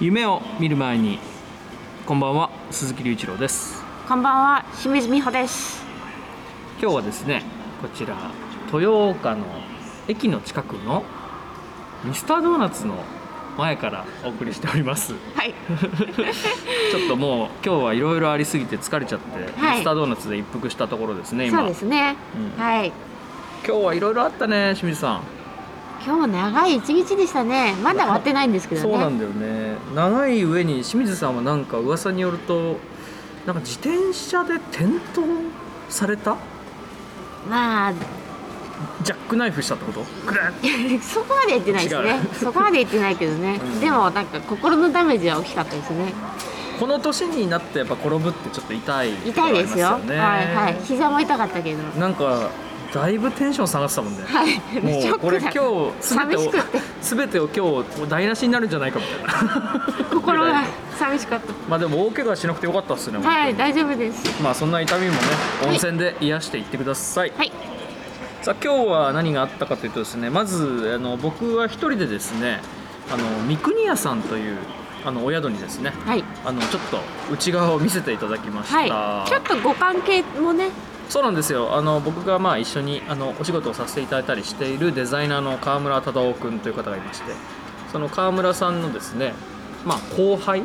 夢を見る前にこんばんは鈴木隆一郎ですこんばんは、清水美穂です。今日はですねこちら豊岡の駅の近くのミスタードーナツの前からお送りしておりますはい、ちょっともう今日はいろいろありすぎて疲れちゃって、はいミスタードーナツで一服したところですね今そうですね。うんはい、今日はいろいろあったね清水さん今日長い一日でしたね。まだ終わってないんですけどね。そうなんだよね長い上に清水さんはなんか噂によるとなんか自転車で転倒されたまあ、 ジャックナイフしたってことぐるっそこまで行ってないですね違。うそこまで行ってないけどね。うんでも、なんか心のダメージは大きかったですね。この年になってやっぱ転ぶってちょっと痛いところ痛あいりでますよ。ねはい、はい、膝も痛かったけど。なんかだいぶテンション下がってたもんねはい、ショもうこれックだ。今日すべて寂をしくってすべてを今日台無しになるんじゃないかみたいな心ぐらがい寂しかった。 まあでも大怪我しなくてよかったっすね、本当にはい、大丈夫です。まあそんな痛みもねはい温泉で癒していってください、はい、さあ今日は何があったかというとですねまずあの僕は一人でですねあの三国屋さんというあのお宿にですねはい、あのちょっと内側を見せていただきました、はい。ちょっとご関係もね。そうなんですよあの僕がまあ一緒にあのお仕事をさせていただいたりしているデザイナーの川村忠夫君という方がいましてその川村さんのですね、まあ、後輩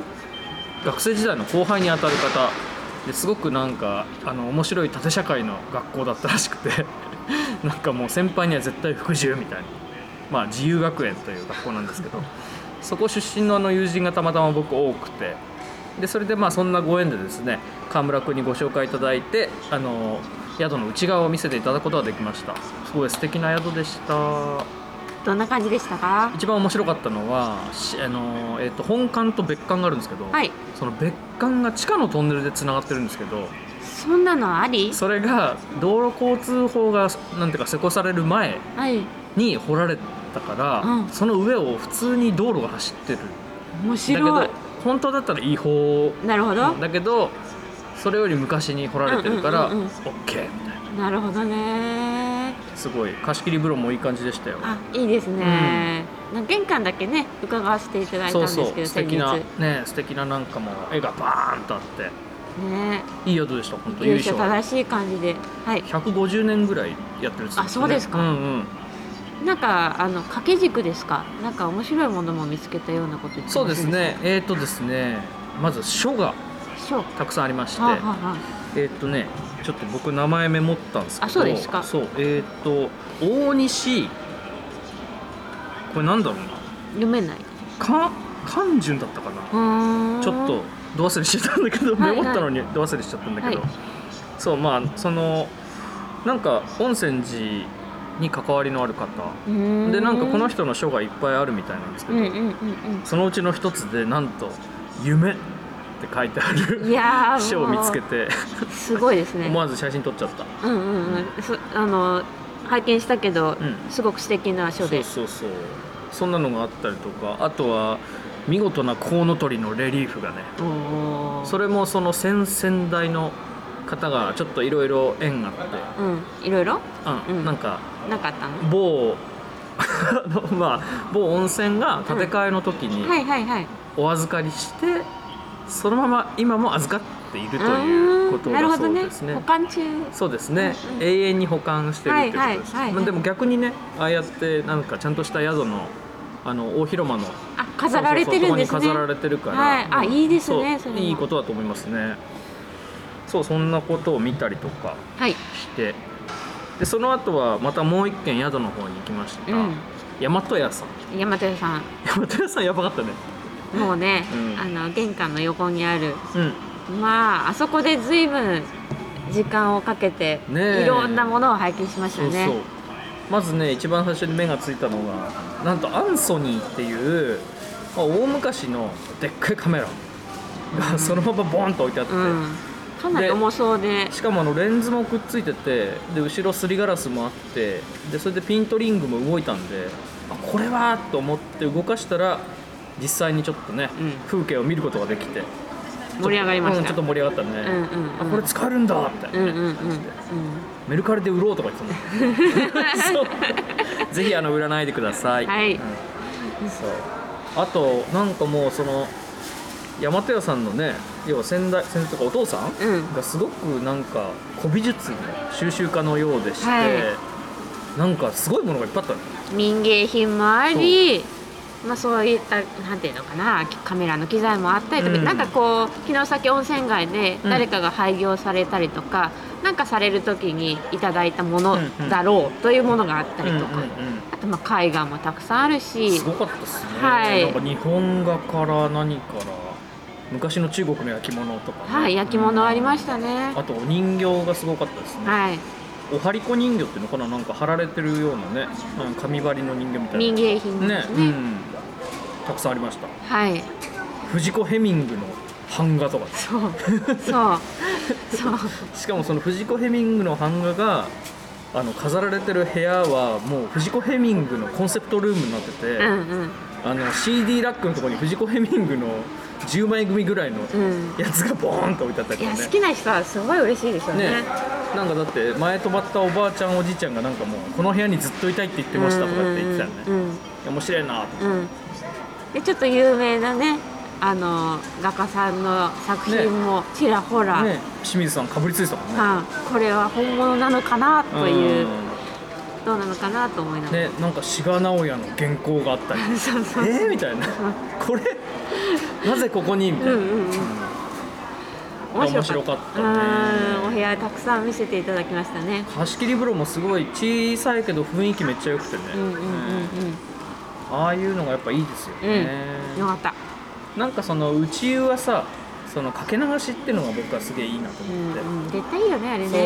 学生時代の後輩にあたる方ですごくなんかあの面白い縦社会の学校だったらしくて なんかもう先輩には絶対服従みたいな、まあ、自由学園という学校なんですけどそこ出身のあの友人がたまたま僕多くてでそれでまあそんなご縁でですね川村君にご紹介いただいてあの宿の内側を見せていただくことができましたすごい素敵な宿でしたどんな感じでしたか。一番面白かったのはしあの、えっと本館と別館があるんですけど、はい、その別館が地下のトンネルでつながってるんですけどそんなのあり。それが道路交通法がなんていうか施行される前はい。に掘られたから、うんその上を普通に道路が走ってる面だけ白いど。本当だったら違法なるほど。だけどそれより昔に掘られてるから、うんうんうんうん OK みたいなるほどね。なすごい貸し切り風呂もいい感じでしたよあ、いいですね。なんか玄関だけね、伺わせていただいたんそうですけそど、う素先敵日。なねね素敵ななんかもう絵がバーンとあっえ、ていい宿でした本当優由緒勝正しい感じで、はい。 150年ぐらいやってるんですよねあそうですかうんうんなんかあの掛け軸ですか。なんか面白いものも見つけたようなこと言ってませんそうですね。えっ、とですねまず書がそう。はたくさんありまして、あ、はあはあ、えっ、とねちょっと僕名前メモったんですけどあそうですかそうえっ、と大西これなんだろうな読めない。か寛順だったかなうーん。ちょっと。ど忘れしてたんだけど、はいはいメモったのにど忘れしちゃったんだけど、はいそうまあそのなんか温泉寺に関わりのある方うーんでなんかこの。人の書がいっぱいあるみたいなんですけうど、んうんうんそのうちの一つでなんと「夢」って書いてあうん。いるやー。書を見つけて。てすごいですね。思わず写真撮っちゃった、うんうんうん。そあの拝見したけど、うん、すごく素敵なそ書うです。そうそうそんなのがあったりとかあとは見事なコウノトリのレリーフがねおーそれもその先々代の方がちょっといろいろ縁があってうん、いろいろあうんなんかなかったの。某 あのまあ某温泉が建て替えの時はにいはいはい。お預かりして、そのまま今も預かっているといううこーとんなるだほどそうねですね。保管中。そうですね、うんうん永遠に保管してるっていうことです、はいはいはいはいまあでも逆にねああやってなんかちゃんとした宿のあの大広間のあ、飾られてるんですそうね。そうそうそこに飾られてるから、はいあうんいいですねそうそれもいいことだと思いますねそうそんなことを見たりとかはい。してでその後はまたもう一軒宿の方に行きました、うん。大和屋さん 大和屋さん。大和屋さんやばかったねもうね、うんあの玄関の横にある。うまあ、あそこでずいぶん。時間をかけて、ねえいろんなものを拝見しましたんそうね。そうまずね一番最初に目がついたのがなんとアンソニーっていう、まあ、大昔のでっかいカメラがそのままボンと置いてあって、うん。かなりで重そうで。しかもあのレンズもくっついててで後ろすりガラスもあってでそれでピントリングも動いたんであこれはと思って動かしたら実際にちょっとね、うん風景を見ることができて盛り上がりましうんちょた。っと盛り上がったね、うんうんうんあこれ使えるんだみたいうんなうねんうんうん感じでメルカリで売ろうとか言ってた もんそうぜひあの売らないでください、はいうんそうあとなんかもうその山寺さんのね要は先代先代とかお父さんうんがすごくなんか古美術の収集家のようでして、はなんかすごいものがいっぱいあったのよ民芸品もありまあそういったなんていうのかなカメラの機材もあったりとか、うんなんかこう城崎温泉街でうん誰かが廃業されたりとか、なんかされる時にいただいたものうんうんだろうというものがあったりとか、うんうんうんあとまあ絵画もたくさんあるしすごかったですね、はいなんか日本画から何から昔の中国の焼き物とかね、はい焼き物ありまししたねあ。とお人形がすごかったですね、はい、おはりこ人形っていうのかななんか貼られてるようなねうん紙張りの人形みたいな民芸品ねですうね。ん、たくさんありましたはい、藤子ヘミングの版画とかそう、そう、 そう、しかもその藤子ヘミングの版画があの飾られてる部屋はもう藤子ヘミングのコンセプトルームになってて、うんうん、あの CD ラックのところに藤子ヘミングの10枚組ぐらいのうん。やつがボーンと置いてあったいりとや、かね好きな人はすごい嬉しいですよね。ねなんかだって前泊まったおばあちゃんおじいちゃんがなんかもうこの部屋にずっといたいって言ってましたとかって言ってたよね、うんうんうん面白いなとうん、でちょっと有名なねあの画家さんの作品もちらほら、思って、ね、清水さんかぶりついてたもんね、はいこれは本物なのかなという、んどうなのかなと思いながら、ね、なんか志賀直哉の原稿があったり そうそう、えー、み たいなこれなぜここにみたいな、うんうんうん面白かったねうんお部屋たくさん見せていただきましたね貸し切り風呂もすごい小さいけど雰囲気めっちゃ良くてね、うんうんうんうんああいうのがやっぱいいですよね、よかった、なんかその内湯はさそのかけ流しっていうのが僕はすげえいいなとう思って、んうん、絶対いいよねあれそうね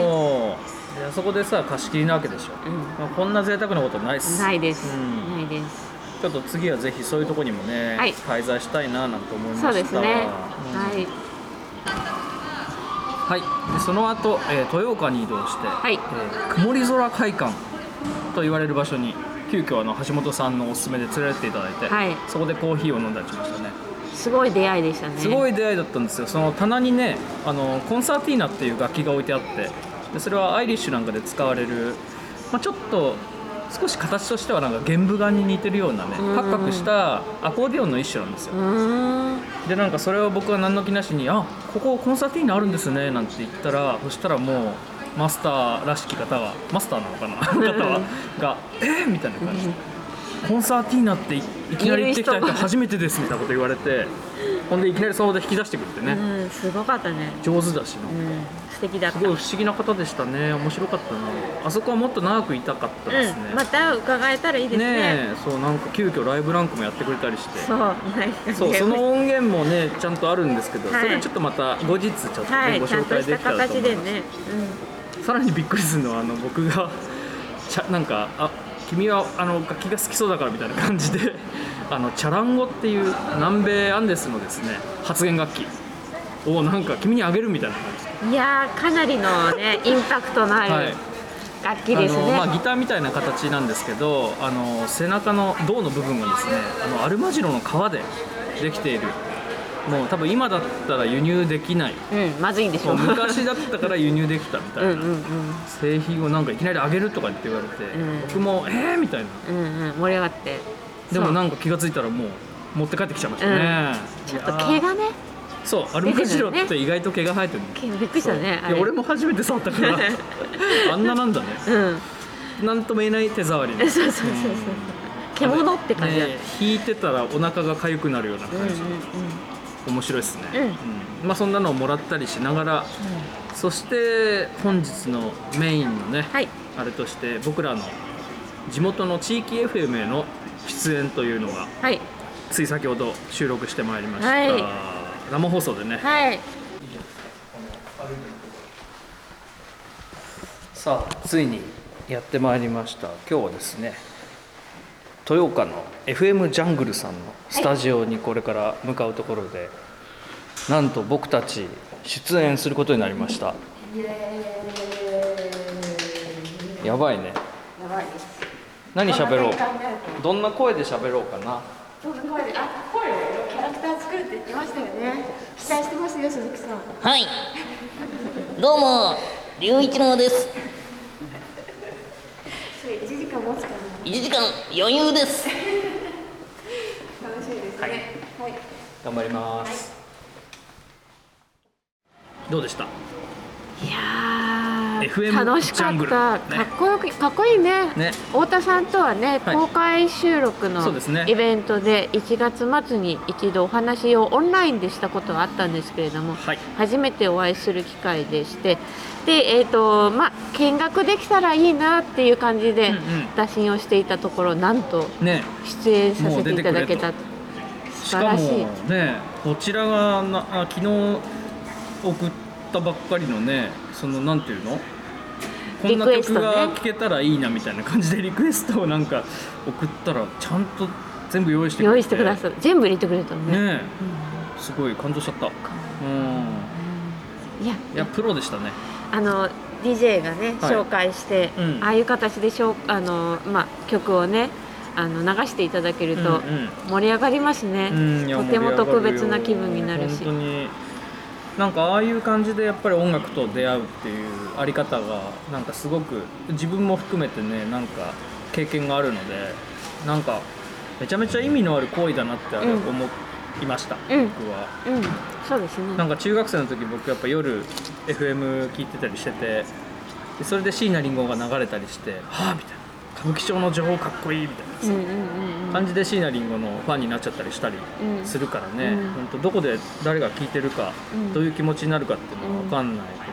であそこでさ貸し切りなわけでしょ、うまあこんな贅沢なことないっんすないです、うんないですちょっと次はぜひそういうとこにもね、はい滞在したいななんて思いましたそうですね、うんはいはい、でその後、えー豊岡に移動して、いえー曇り空会館と言われる場所に急遽あの橋本さんのおすすめで連れられていただいて、はいそこでコーヒーを飲んだりしましたねすごい出会いでしたねすごい出会いだったんですよその棚にねあのコンサーティーナっていう楽器が置いてあってでそれはアイリッシュなんかで使われる、まあ、ちょっと少し形としてはなんか玄武岩に似てるようなねうんカクカクしたアコーディオンの一種なんですようーんでなんかそれを僕は何の気なしに「あここコンサーティーナあるんですね」なんて言ったらそしたらもうマスターらしき方がマスターなのかな方はが「えーみたいな感じで「コンサーティーナっていいきなり行ってきた人初めてです」みたいなこと言われてほんでいきなりその場で引き出してくれてねうん、すごかったね。上手だしなうん、素敵だった。すごい不思議な方でしたね面白かったなあそこはもっと長くいたかったですねうん、また伺えたらいいですね。ねえそうなんか急遽ライブランクもやってくれたりしてそう、なんかねそうその音源もねちゃんとあるんですけど、はいそれちょっとまた後日ちょっとね、はい、ごちゃん紹と介しでたきたらと形思いでます、ね。さらにびっくりするのはあの僕が ちゃなんかあ君はあの楽器が好きそうだからみたいな感じで あのチャランゴっていう南米アンデスのですね発言楽器をなんか君にあげるみたいな感じで、うん、いやー、かなりのね、インパクトのある楽器ですあのね。まあ、ギターみたいな形なんですけどあの背中の胴の部分がですねあのアルマジロの皮でできているもう多分今だったら輸入できないうん、まずいんでしそょうう。昔だったから輸入できたみ たういんな、うんうん製品をなんかいきなりあげるとかって言われて、うん僕もえーみたいなうんうん、盛り上がって。でもそうなんか気が付いたらもう持って帰ってきちゃいましたね、ちょっとい毛やーがね、そうアルマジロって意外と毛が生えてるの毛びっくりしたね。あいれや俺も初めて触ったから あんななんだねうん、 なんとも言えない手触りのそうそうそうそう。獣って感じだ。ね引いてたらお腹が痒くなるようなうんうん感じ、面白いですね、うんうんまあ、そんなのをもらったりしながらそして本日のメインのね、はいあれとして僕らの地元の地域 FM への出演というのがうん、はい、つい先ほど収録してまいりました、は生放送でね、はい、さあついにやってまいりました今日はですね豊岡の FM ジャングルさんのスタジオにこれから向かうところで、なんと僕たち出演することになりましたやばいねやばいです。何喋ろうこんな感じになるとどんな声で喋ろうかなどんな声で、あ、声をキャラクター作るって言ってましたよね。期待してますよ、鈴木さん。はい。どうも、龍一郎です。そ れ一時間持つかな。 1時間余裕です。楽しいですね。はい。頑張りますどうでしたいやー FM 楽しかっジャングルた、ねかっこよくかっこいいねね太田さんとはね、はい公開収録のそうですねイベントで1月末に一度お話をオンラインでしたことはあったんですけれども、はい初めてお会いする機会でしてで、えーとまあ、見学できたらいいなっていう感じでうんうん打診をしていたところ、なんとね出演させていただけもう出てくれたと素し晴からもしい。ねこちらがなあ昨日送ったばっかりのねそのなんていうのこんなリクエス曲トねが聴けたらいいなみたいな感じでリクエストをなんか送ったらちゃんと全部用意してくれて用意してくださねい全部入れてくれたのねえすごい感動しちゃったうんいやいやプロでしたねあの DJ がね、はい紹介して、うんああいう形でしょうあの、まあ、曲をねあの流していただけると盛り上がりますね、うんうんいやとても盛り上が特るよ別な気分になるし本当になんかああいう感じでやっぱり音楽と出会うっていうあり方がなんかすごく自分も含めてねなんか経験があるのでなんかめちゃめちゃ意味のある行為だなってあれうん思いました、うん僕は。うんそうですねなんか中学生の時僕やっぱ夜 FM 聞いてたりしててでそれで椎名林檎が流れたりして「はあ」みたいな「歌舞伎町の女王かっこいい」みたいなうんうんうんうん感じで椎名林檎のファンになっちゃったりしたりするからね、うん本当どこで誰が聴いてるか、うんどういう気持ちになるかっていうのは分かんないけ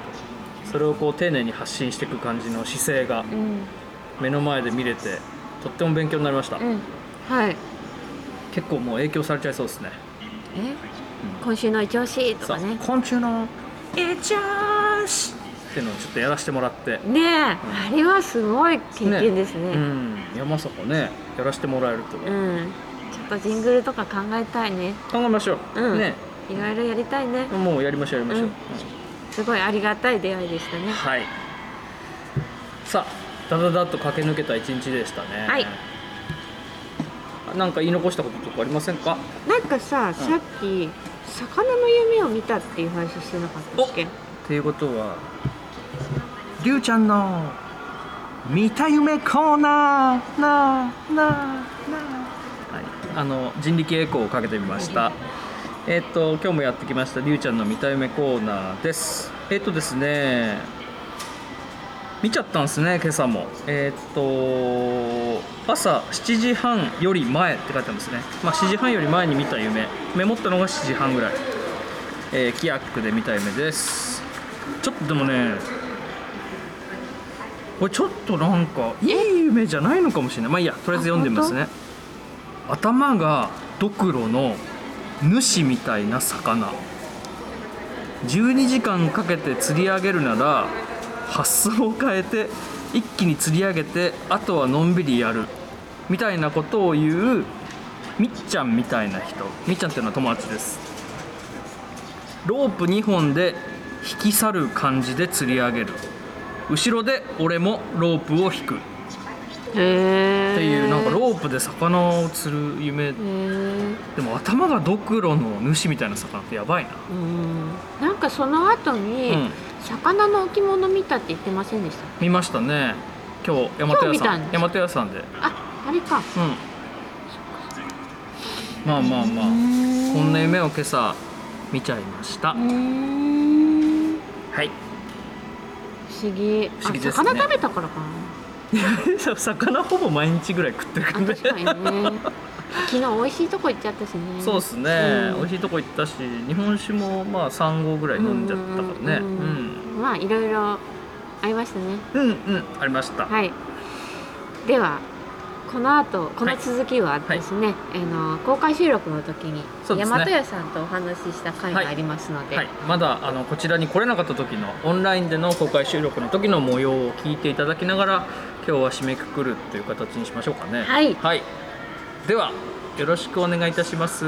ど、それをこう丁寧に発信していく感じの姿勢がうん目の前で見れてとっても勉強になりました、うんはい結構もう影響されちゃいそうですねえ今週の一押しとかさあね昆虫の「イチャーシ!」っていうのをちょっとやらせてもらって、ねえ、あれはすごい経験ですねうんいやまさかねやらせてもらえるとは、うんちょっとジングルとか考えたいね考えましょう、うんねいろいろやりたいねもうやりましょうやりましょう、うんすごいありがたい出会いでしたねはい。さあ、だだだっと駆け抜けた一日でしたね。はい。なんか言い残したこととかありませんか。なんかさ、さっき魚の夢を見たっていう話してなかったっけっていうことは。りゅうちゃんの。見た夢コーナー。なあ、なあ、なあ。はい、あの人力エコーをかけてみました。えっと、今日もやってきました、りゅうちゃんの見た夢コーナーです。えっとですね。見ちゃったんですね、今朝も。えーっと、朝7時半より前って書いてあるんですね。まあ、7時半より前に見た夢。メモったのが7時半ぐらい。えー、キヤックで見た夢です。ちょっとでもね、これちょっとなんか、いい夢じゃないのかもしれない。まあいいや、とりあえず読んでみますね。頭がドクロの主みたいな魚。12時間かけて釣り上げるなら発想を変えて一気に釣り上げてあとはのんびりやるみたいなことを言うみっちゃんみたいな人みっちゃんっていうのは友達ですロープ2本で引き去る感じで釣り上げる後ろで俺もロープを引くっへえていうなんかロープで魚を釣る夢へーでも頭がドクロの主みたいな魚ってやばいなうんなんかその後に、うん魚の置物見たって言ってませんでした見ましたね今日大和屋さ今日見たんでんす大和屋さんでああれかうん。まあまあまあ、こんな夢を今朝見ちゃいました。うーんはい。不思議不あ思議ですね魚食べたから かな 魚ほぼ毎日ぐらい食ってるあんで確。かにね昨日美味しいとこ行っちゃったしねそうですね、うん美味しいとこ行ったし、日本酒もまあ三合ぐらい飲んじゃったからね。ううんん。まあいろいろありましたねうんうん、ありました。はい。ではこの後この続きはですね、あの公開収録の時に、そうで大すね和屋さんとお話しした回がありますので、はい、まだあのこちらに来れなかった時のオンラインでの公開収録の時の模様を聞いていただきながら今日は締めくくるっていう形にしましょうかねはいではよろしくお願いいたします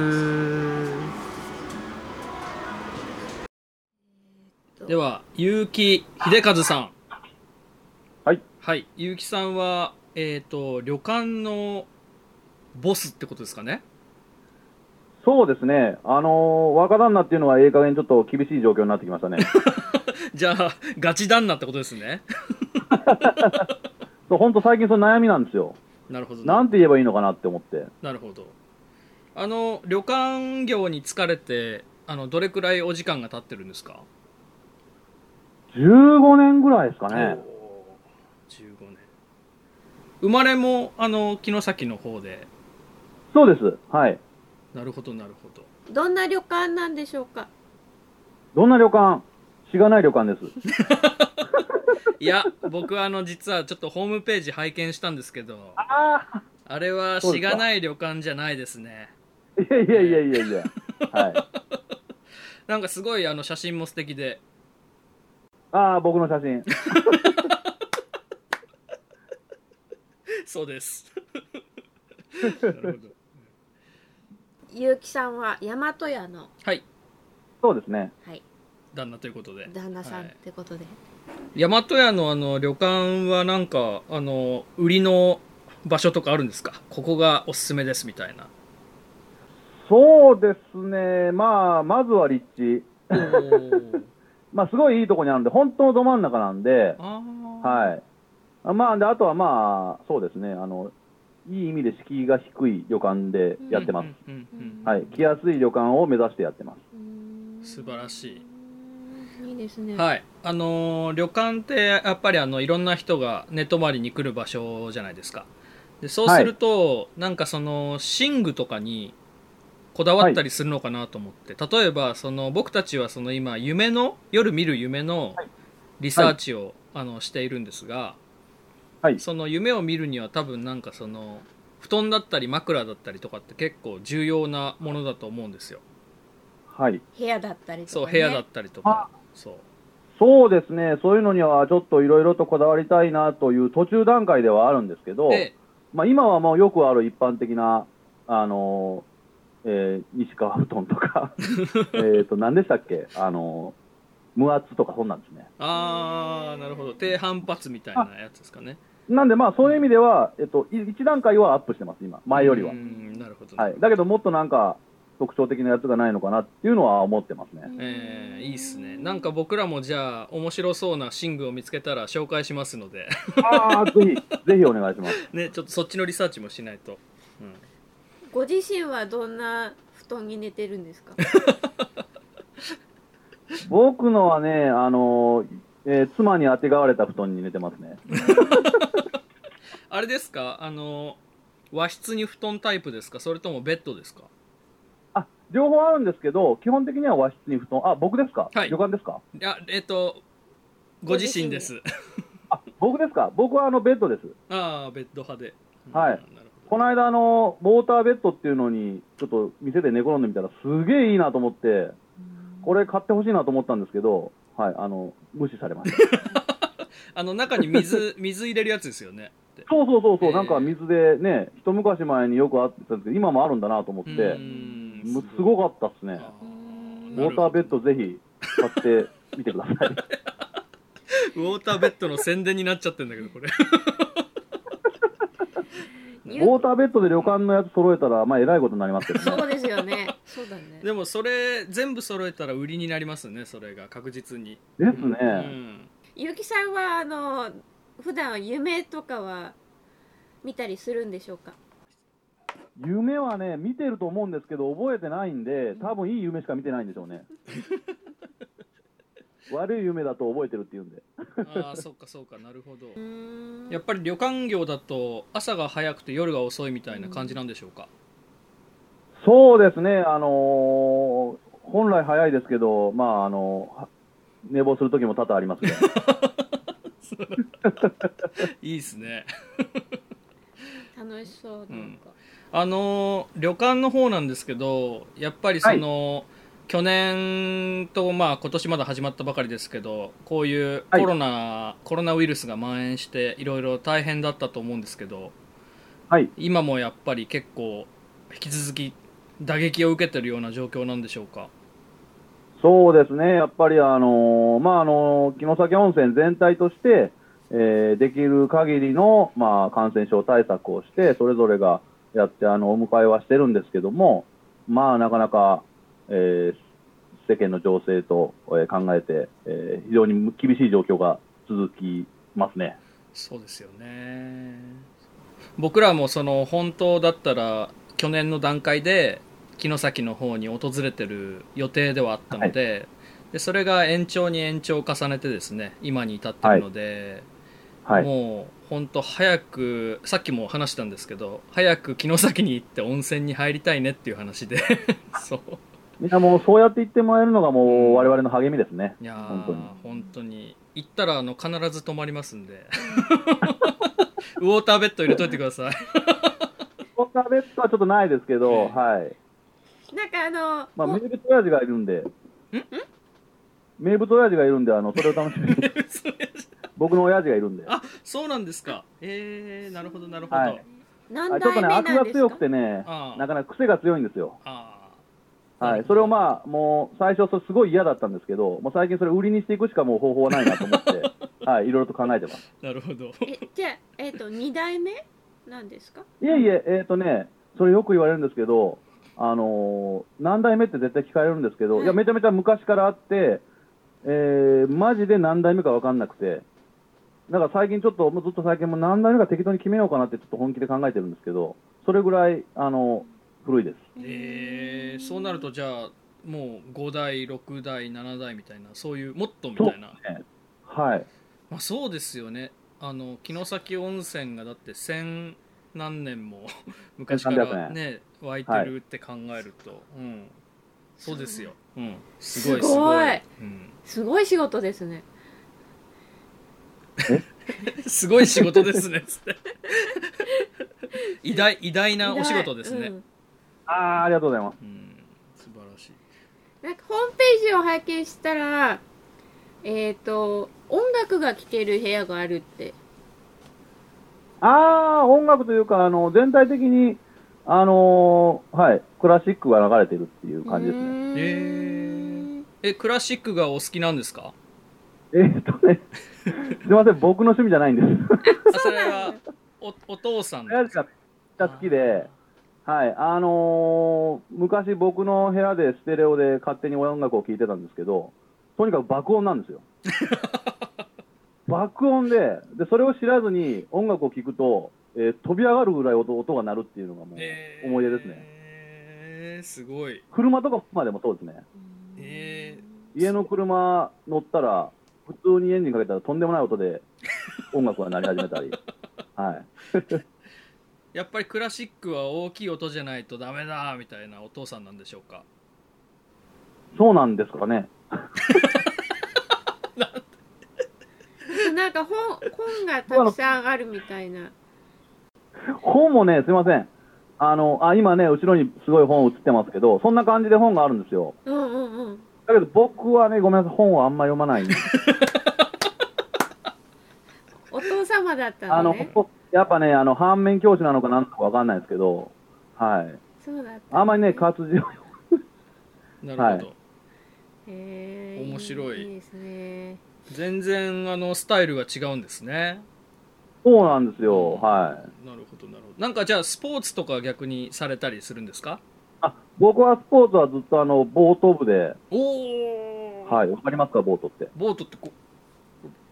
では結城秀和さんはいはい結城さんはえっ、と旅館のボスってことですかね そうですね、あのー若旦那っていうのは、ええ加減ちょっと厳しい状況になってきまし たね。じゃあガチ旦那ってことです ね本当、最近、その悩みなんですよ。なるほどねなんて言えばいいのかなって思って。なるほどあの旅館業に疲れてあのどれくらいお時間が経ってるんですか15年ぐらいですかおねー。15年生まれもあの城崎の方でそうです。はい。なるほどなるほどどんな旅館なんでしょうかどんな旅館しがない旅館です。い や僕はあの実はちょっとホームページ拝見したんですけどああ あれはそうしですかがない旅館じゃないですねいやいやいやいや いや。はい。なんかすごいあの写真も素敵でああ、僕の写真。そうです なるほど結城さんは大和屋の、はいそうですね。はい、旦那ということで旦那さんっはいてことで、大和屋のあの旅館はなんかあの売りの場所とかあるんですかここがおすすめですみたいなそうですね。まあ、まずは立地。おーまあ、すごいいいとこにあるんで、本当のど真ん中なんで、ああ はい。あまあ、で、あとはまあ、そうですね。あの、いい意味で敷居が低い旅館でやってます。うんうんうんうんはい。来やすい旅館を目指してやってます。うーん素晴らしいいですね、いはいあのー旅館ってやっぱりあのいろんな人が寝泊まりに来る場所じゃないですかでそうすると、なんかその寝具とかにこだわったりするのかなと思って、例えばその僕たちはその今夢の夜見る夢のリサーチを、あのしているんですが、はいその夢を見るには多分なんかその布団だったり枕だったりとかって結構重要なものだと思うんですよはい。部屋だったりとか、ね、そう部屋だったりとかそうそうですね。そういうのにはちょっといろいろとこだわりたいなという途中段階ではあるんですけど、でまあ、今はもうよくある一般的な、あのーえー西川布団 とか、えっと、何でしたっけ、あのー無圧とか、そんなんですね。ああなるほど低反発みたいなやつですかねなんで、まあ、そういう意味では、えっと、い一段階はアップしてます、今、前よりはう。んなるほど、はい、だけど、もっとなんか、特徴的なやつがないのかなっていうのは思ってますね。えー、いいっすねなんか僕らもじゃあ面白そうな寝具を見つけたら紹介しますので ああ、 ぜひ、ぜひお願いします。ねちょっとそっちのリサーチもしないと、うん、ご自身はどんな布団に寝てるん ですか僕のはね、あのーえー妻にあてがわれた布団に寝てますね。あれですかあの和室に布団タイプですかそれともベッドですかあ、両方あるんですけど、基本的には和室に布団、あ、僕ですか、はい旅館ですかいやえっ、とご自身ですあ僕ですか、僕はあのベッドです。ああベッド派で、はいうんなるほこどの間あの、モーターベッドっていうのに、ちょっと店で寝転んでみたら、すげえいいなと思って、これ買ってほしいなと思ったんですけど、はい、あの無視されました。あの中に水 水入れるやつですよねそうそうそうそう、えーなんか水でね、一昔前によくあったんですけど、今もあるんだなと思って、うんもうすごかったですね。ウォーターベッドぜひ買ってみてください。ウォーターベッドの宣伝になっちゃってんだけどこれウォーターベッドで旅館のやつ揃えたら、まあ、えらいことになりますけどね。そうですよねそうだね でもそれ全部揃えたら売りになりますねそれが確実に、ですね。うん、結城さんはあの普段は夢とかは見たりするんでしょうか夢はね、見てると思うんですけど、覚えてないんで、多分いい夢しか見てないんでしょ うね。悪い夢だと覚えてるって言うんで。ああそうかそうかなるほどうーんやっぱり旅館業だと朝が早くて夜が遅いみたいな感じなんでしょうか、そうですね、あのー本来早いですけど、まあ、あのは寝坊する時も多々ありますね。 いいですね楽しそうなんか、あのー旅館の方なんですけどやっぱりその、去年とまあ今年まだ始まったばかりですけどこういうコはいロナ、コロナウイルスが蔓延していろいろ大変だったと思うんですけどはい。今もやっぱり結構引き続き打撃を受けてるような状況なんでしょうかそうですね、やっぱり、あのーまあ、あのー城崎温泉全体として、えーできる限りの、まあ、感染症対策をして、それぞれがやって、あの、お迎えはしてるんですけども、まあ、なかなか、えー世間の情勢と、えー考えて、えー非常に厳しい状況が続きますね。そうですよね僕らもその本当だったら去年の段階で城崎の方に訪れてる予定ではあったので、でそれが延長に延長を重ねてですね今に至ってるので、はい。もう本当早くさっきも話したんですけど早く城崎に行って温泉に入りたいねっていう話で そうみんなもうそうやって言ってもらえるのがもう我々の励みですね。いやー本当に本当に行ったらあの必ず泊まりますんで ウォーターベッド入れといてくださいウォーターベッドはちょっとないですけど、ええはい。なんかあの、まあ、も名物親父がいるんで、名物親父がいるんで、あの、それを楽 しみに、僕の親父がいるんで。あそうなんですかえー、なるほどなるほど、はい何あちょ代っと目ね、なん圧がです強かくてねああ、なかなか癖が強いんですよ。ああはい。それをまあ、もう、最初、それすごい嫌だったんですけど、もう最近それ売りにしていくしかもう方法はないなと 思って、はい、いろいろと考えてます。なるほどえじゃあえっ、と2代目なんですかいえいえ、えっ、とね、それよく言われるんですけど、あのー何代目って絶対聞かれるんですけど、はいいや、めちゃめちゃ昔からあって、えー、マジで何代目か分かんなくて、だから最近ちょっと、もうずっと最近もう何代目か適当に決めようかなってちょっと本気で考えてるんですけど、それぐらい、あの、古いです。えー、そうなるとじゃあもう5代6代7代みたいなそういうもっとみたいなはい。まあ、そうですよねあの城崎温泉がだって千何年 も昔から1300ね湧いてるって考えると、うん、そうですよ、うん、すごいすごいすごい、うん、すごい仕事ですねすごい仕事です ねつって偉大偉大なお仕事ですね、うんあー、ありがとうございます。うん、素晴らしいなんかホームページを拝見したらえっ、と音楽が聴ける部屋があるってあー、音楽というか、あの、全体的に、あのーはい、クラシックが流れてるっていう感じですね。えーえクラシックがお好きなんですかえーっとね、 すいません、僕の趣味じゃないんであす。それはおお父さん親父がめっちゃ好きで、はい、あのー昔僕の部屋でステレオで勝手に音楽を聴いてたんですけど、とにかく爆音なんですよ。爆音でで、それを知らずに音楽を聴くと、えー飛び上がるぐらい音音が鳴るっていうのがもうえー思い出ですね。えーすごい車とかまでもそうですね。え家の車乗ったら、普通にエンジンかけたらとんでもない音で音楽が鳴り始めたり。はいーやっぱりクラシックは大きい音じゃないとダメだみたいなお父さんなんでしょうかそうなんですかね。なんか本本がたくさんあるみたいな本もね、すいません。あの、あ、今ね、後ろにすごい本映ってますけど、そんな感じで本があるんですよ。うんうんうんだけど僕はね、ごめんなさい、本はあんま読まないんで。お父様だったあののね、やっぱね、あの、反面教師なのかなんとかわかんないですけど、はい。そうだったあんまりね、活字を、なるほど、へー面白いいいですね全然あのスタイルが違うんですねそうなんですよ、はい。なるほどなるほどなんかじゃあスポーツとか逆にされたりするんですかあ、僕はスポーツはずっとあの、ボート部で、おお、はい、わかりますか、ボートって。ボートってこ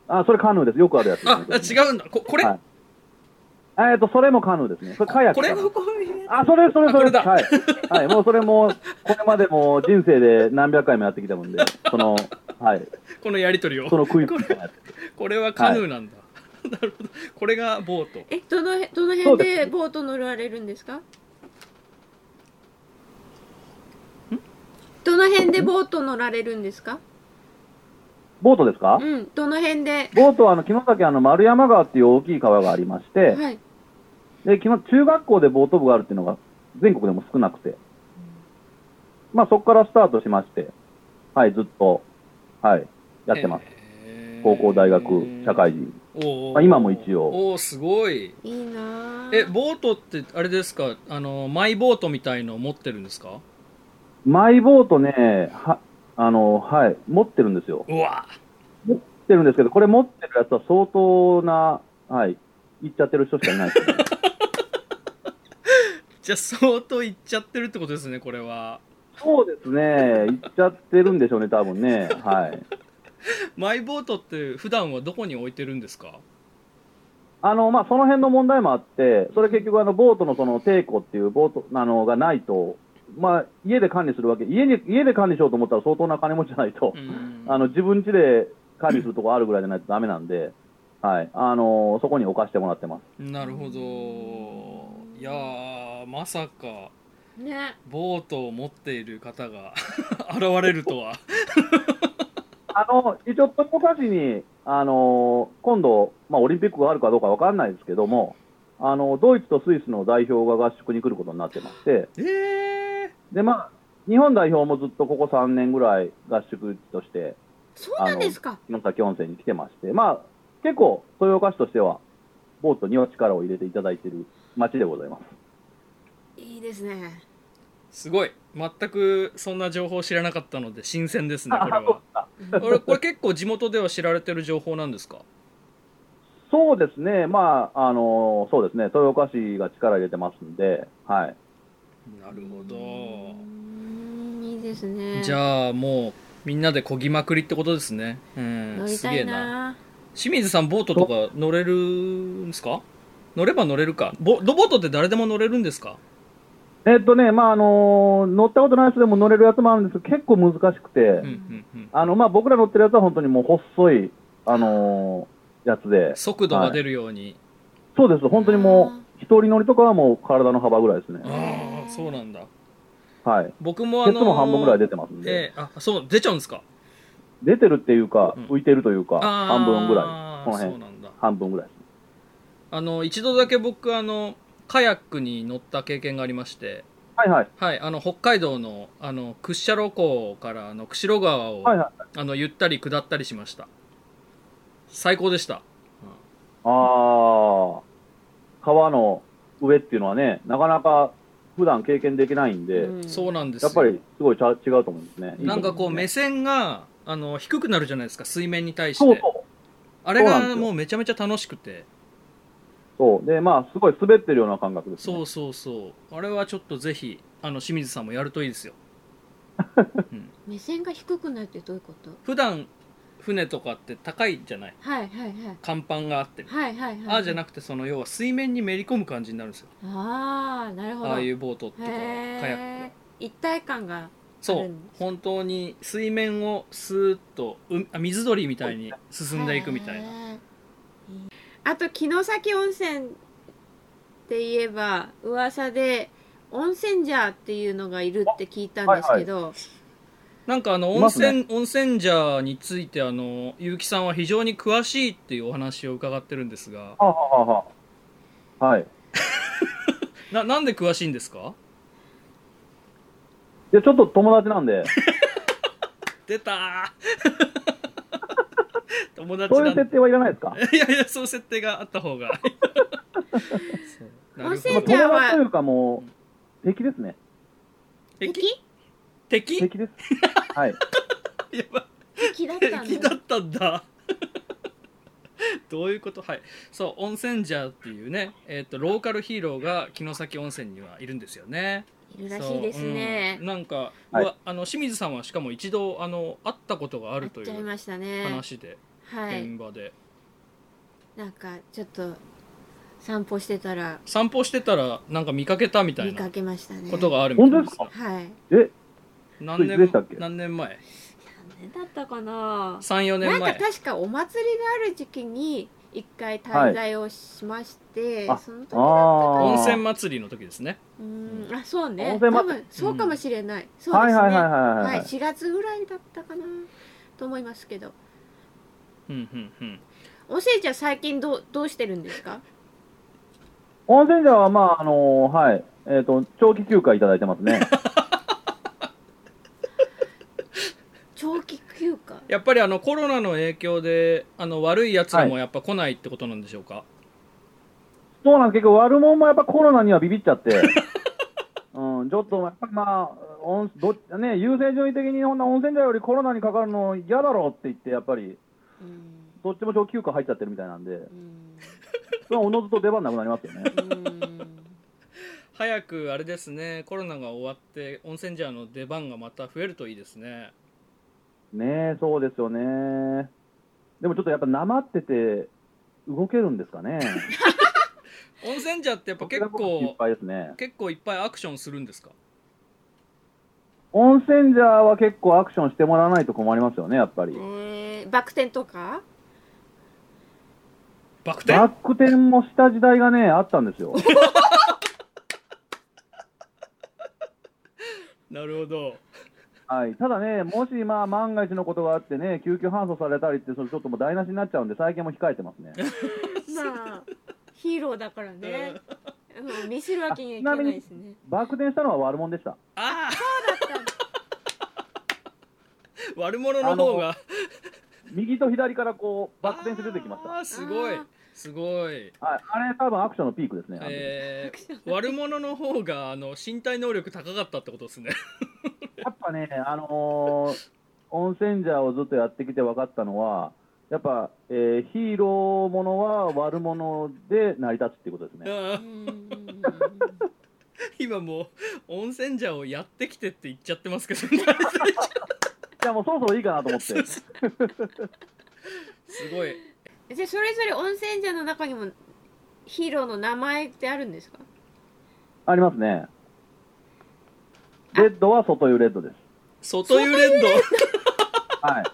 あ、それカヌーです。よくあるやつですあね。あ 違うんだここれ、はいあえっと、それもカヌーですね。それカヤックこかれな。ここあ、それ、それ、あそこれれ。だはい。はい。もうそれも、これまでも人生で何百回もやってきたもんで、その、はい。このやりとりをそのクイズみたいなやつ。これはカヌーなんだ、 なるほどこれがボートえどのへどのそ辺うででボート乗られるんですかどの辺でボート乗られるんですかボートですかうんどの辺でボートは、あの、昨日だけあの、丸山川っていう大きい川がありまして、はいで、昨日、中学校でボート部があるっていうのが、全国でも少なくて。まあ、そこからスタートしまして、はい、ずっと、はい、やってます。す高校、大学、社会人。おーまあ今も一応おーすごいいいなぁえボートってあれですかあのマイボートみたいのを持ってるんですかマイボートね、は、あの、はい、持ってるんですよ。うわ持ってるんですけど、これ持ってるやつは相当な、はい、言っちゃってる人しかいないですね、じゃあ相当いっちゃってるってことですねこれは そうですね、言っちゃってるんでしょうね、多分ね。はい。マイボートって普段はどこに置いてるんですかあの、まあ、その辺の問題もあって、それ結局、あの、ボートのその、抵抗っていうボート、あの、がないと、まあ、家で管理するわけ家に、家で管理しようと思ったら相当な金持ちじゃないと、うんあの自分家で管理するとこあるぐらいじゃないとダメなんで、はいあのそこに置かしてもらってます。なるほどいやーまさかねボートを持っている方が 現れるとはあの一応、トップ歌詞に、あの今度、まあ、オリンピックがあるかどうかわかんないですけども、あのドイツとスイスの代表が合宿に来ることになってまして、ええー、でまあ、日本代表もずっとここ3年ぐらい合宿地として、そうなんですか城崎温泉に来てまして、まあ、結構、豊岡市としては、ボートには力を入れていただいている町でございます。いいですねすごい全くそんな情報知らなかったので新鮮ですねこれはこれこれ結構地元では知られてる情報なんですかそうですね、まあ、あのそうですね、豊岡市が力入れてますんで、はい。なるほどうーんいいですねじゃあもうみんなで漕ぎまくりってことですねうん乗りすたげえいなな清水さんボートとか乗れるんですか乗れば乗れるかボドボートって誰でも乗れるんですかえっとね、まああの乗ったことない人でも乗れるやつもあるんですけど、結構難しくて、うんうんうんあのまあ、僕ら乗ってるやつは本当にもう細い、あのやつで、速度が出るように、そうです、本当にもう、一人乗りとかはもう体の幅ぐらいですね、ああそうなんだはい、僕もあケのツも半分ぐらい出ててますんで、ええあそう出ちゃうんですか出てるっていうかうん、浮いてるというか、あー半分ぐらい、この辺そうなんだ半分ぐらいです。あの一度だけ僕あのカヤックに乗った経験がありまして、はいはい、はい、あの北海道のあの屈斜路港からあの釧路川を、はいはい。あのゆったり下ったりしました最高でしたああ、川の上っていうのはね、なかなか普段経験できないんで、うんそうなんですやよっぱりすごいちゃ違うと思うんですね。いいと思なんかこうですね目線があの低くなるじゃないですか水面に対してそうそう。あれそうなんでがすよもうめちゃめちゃ楽しくてそう。で、まあ、すごい滑ってるような感覚です、ね。そうそうそうあれはちょっとぜひあの清水さんもやるといいですよ目線が低くなるってどういうこと普段船とかって高いじゃないはいはいはい甲板があってはいはいはいああじゃなくくてその要は水面にめり込む感じになるんですよああなるほどああいうボートとかカヤへックえが一体感がそあうるんです本当に水面をスーッとうあ水鳥みたいに進んでいくみたいなへーあと城崎温泉って言えば噂で温泉ジャーっていうのがいるって聞いたんですけど、なんかあのい温ますね泉、温泉ジャーについてあの結城さんは非常に詳しいっていうお話を伺ってるんですがはあはあはあはい。ななんで詳しいんですかで、ちょっと友達な んで、出たー 友達そういなうん設定はいらないですかいやいやそういう設定があった 方がそうなる温ほどまあ泉友じゃ達というかもう、敵ですね。敵敵敵敵です。はい。 やばい敵だ ったん敵でだったんだどういうことはいそう温泉ジャーっていうね、えっとローカルヒーローが城崎温泉にはいるんですよねいるらしいですねそう、うんなんか、はいうわあの清水さんはしかも一度あの会ったことがあやるっといちゃいうましたね話で、はい現場でなんかちょっと散歩してたら散歩してたらなんか見かけたみたい見なかけましたねことがあるみたい本当はいえ、何いつでした年っけ何年前何だったかな34な年んか前確かお祭りがある時期に一回滞在をしまして、はいあその時あだあ。温泉祭りの時ですねうーんあそう温ね多泉祭分そうかもしれない、そうはでいすねはいはいはいはいははいい。 4月ぐらいだったかなと思いますけどうんうんうんおせいちゃん最近どうどうしてるんですか温泉じゃは、まあ、あのはい。えっ、と、長期休暇いただいてますね。長期休暇やっぱりあのコロナの影響であの悪いやつらもやっぱ来ないってことなんでしょうか、そうなんです。結構悪者もやっぱコロナにはビビっち ゃって。うん、ちょっと、やっぱりまあ、温どっね、優先順位的にこんな温泉じゃよりコロナにかかるの嫌だろうって言って、やっぱり、うーんどっちも長期休暇入っちゃってるみたいなんで、うーんそれはおのずと出番なくなりますよね。うーん早くあれですねコロナが終わって温泉ジャーの出番がまた増えるといいですねねえ、そうですよね。でもちょっとやっぱ、なまってて、動けるんですかね。温泉ジャーってやっぱ結いっ構ぱいですね。結構いっぱいアクションするんですか温泉じゃは結構アクションしてもらわないと困りますよね、やっぱり。えー、バク転と かバク転バック転もした時代がね、あったんですよ。なるほどはい、ただね、もしまあ万が一のことがあってね、救急搬送されたりって、それちょっともう台無しになっちゃうんで、最近も控えてます ね。まあヒーローだからねもう見せるわけにはいかあちななみいでにすねバック転したのは悪者でした。ああそうだったんだ 悪者の方が右と左からこう、バック転して出てきました。あはい、ーすごいあーすごいあれ多分アクションのピークですね。あのえー、悪者の方があの身体能力高かったってことですねやっぱね、あのー、温泉ジャーをずっとやってきて分かったのは、やっぱ、えーヒーローものは悪者で成り立つっていうことですね。あうーんうんうんうん今もう温泉じゃをやってきてって言っちゃってますけどいや、もうそろそろいいかなと思って。すごいじゃあそれぞれ温泉じゃの中にもヒーローの名前ってあるんですかありますね。レッドは外湯レッドです。外湯レッドはい。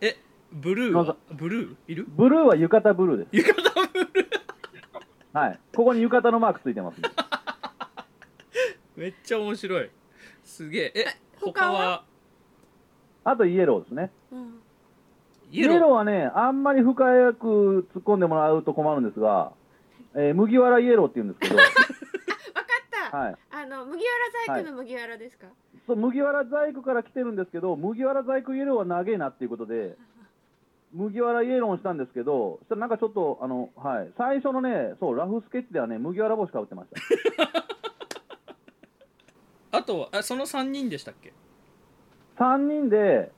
えブルーはブルーいるブルーは浴衣ブルーです。浴衣ブルーはい。ここに浴衣のマークついて ますね。めっちゃ面白いすげええ他他ははあとイエローですね。うんイイエエローローはね、あんまり深く突っ込んでもらうと困るんですが、えー麦わらイエローって言うんです けど、わかった、はい。あの麦わら細工の麦わらですか、そう麦わら細工から来てるんですけど、麦わら細工イエローは長えなっていうことで、麦わらイエローにしたんですけど、そしたらなんかちょっと、あの、はい。最初のね、そう、ラフスケッチではね、麦わら帽子かぶってました。あとはあその3人でしたっけ3人で、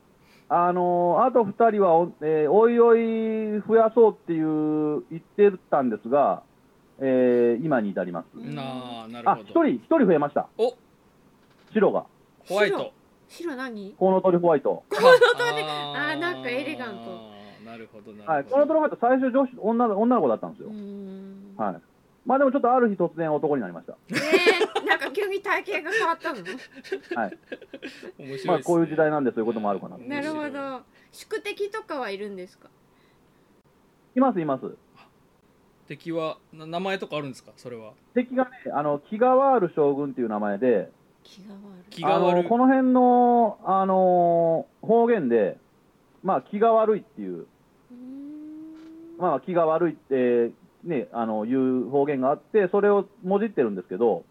あのーあと2人はお,、えーおいおい増やそうっていう言ってたんですが、えー今に至ります。うんなあなるあ、ほ1ど人、1人増えました。お白が。ホワイト白何コウノトリホワイト。このトリあーなんかエレガントなるほどなるほど、はい、コウノトリホワイト、最初女子女の、女の子だったんですよう。ん はい。まあでもちょっとある日突然男になりました。ねえなんか急に体型が変わったの面白いですねまあこういう時代なんでそういうこともあるかな。面白ないるほど宿敵とかはいるんですかいます、います。敵はな名前とかあるんですかそれは敵がね、あの、キガワール将軍っていう名前で、気が悪い気が悪あいのこの辺の、あのー方言で、まあ、気が悪いっていう、うーんまあ、気が悪いって、ね、あのいう方言があって、それをもじってるんですけど、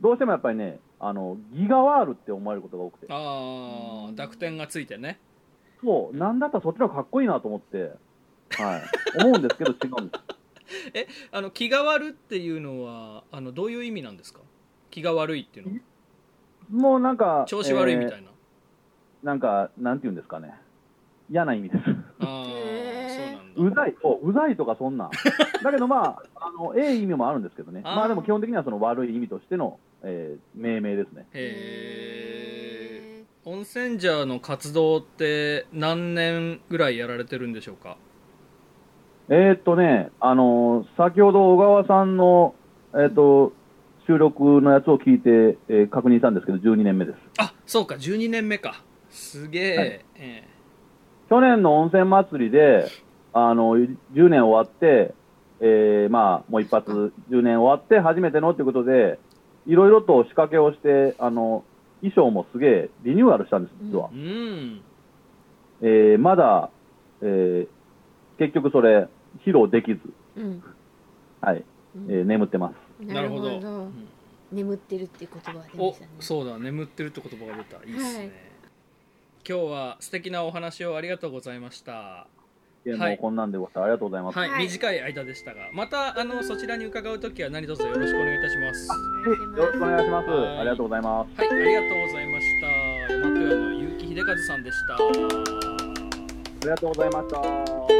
どうしてもやっぱりね、あのギガワールって思われることが多くて、ああ濁点がついてねそう、なんだったらそっちの方がかっこいいなと思って、 はい、思うんですけど、違うんです。あの気が悪っていうのはあのどういう意味なんですか気が悪いっていうのはもうなんか、調子悪いみたえいな、ーなんか、なんていうんですかね、嫌な意味です。ああ、へーそううなんだざい、そううざいとかそんなん。 だけどまあ、あの、ええ意味もあるんですけどね。あーまあでも基本的にはその悪い意味としての、えー命名ですね。へえ温泉ジャーの活動って何年ぐらいやられてるんでしょうかえー、っとね、あのー先ほど小川さんの、えーっと、収録のやつを聞いて、えー確認したんですけど、12年目です。あそうか12年目かすげえ、はいえ去年の温泉祭りで、あの、10年終わって、えーまあ、もう一発、10年終わって初めてのってことで、いろいろと仕掛けをして、あの、衣装もすげえリニューアルしたんです、実はえ。うんえーまだ、えー結局それ、披露できず、うんはいえー眠ってます。ななるるほほどどうん眠ってるっていう言葉が出まおしたねそうだ眠ってるって言葉が出たいいっすね、はい今日は素敵なお話をありがとうございましたいやはいもうこんなんで終わった。ありがとうございます。はい、はい短い間でしたがまたあのそちらに伺う時は何卒よろしくお願いいたしますよろしくお願いします。はいありがとうございます。はいありがとうございました大和屋の結城秀和さんでしたありがとうございました。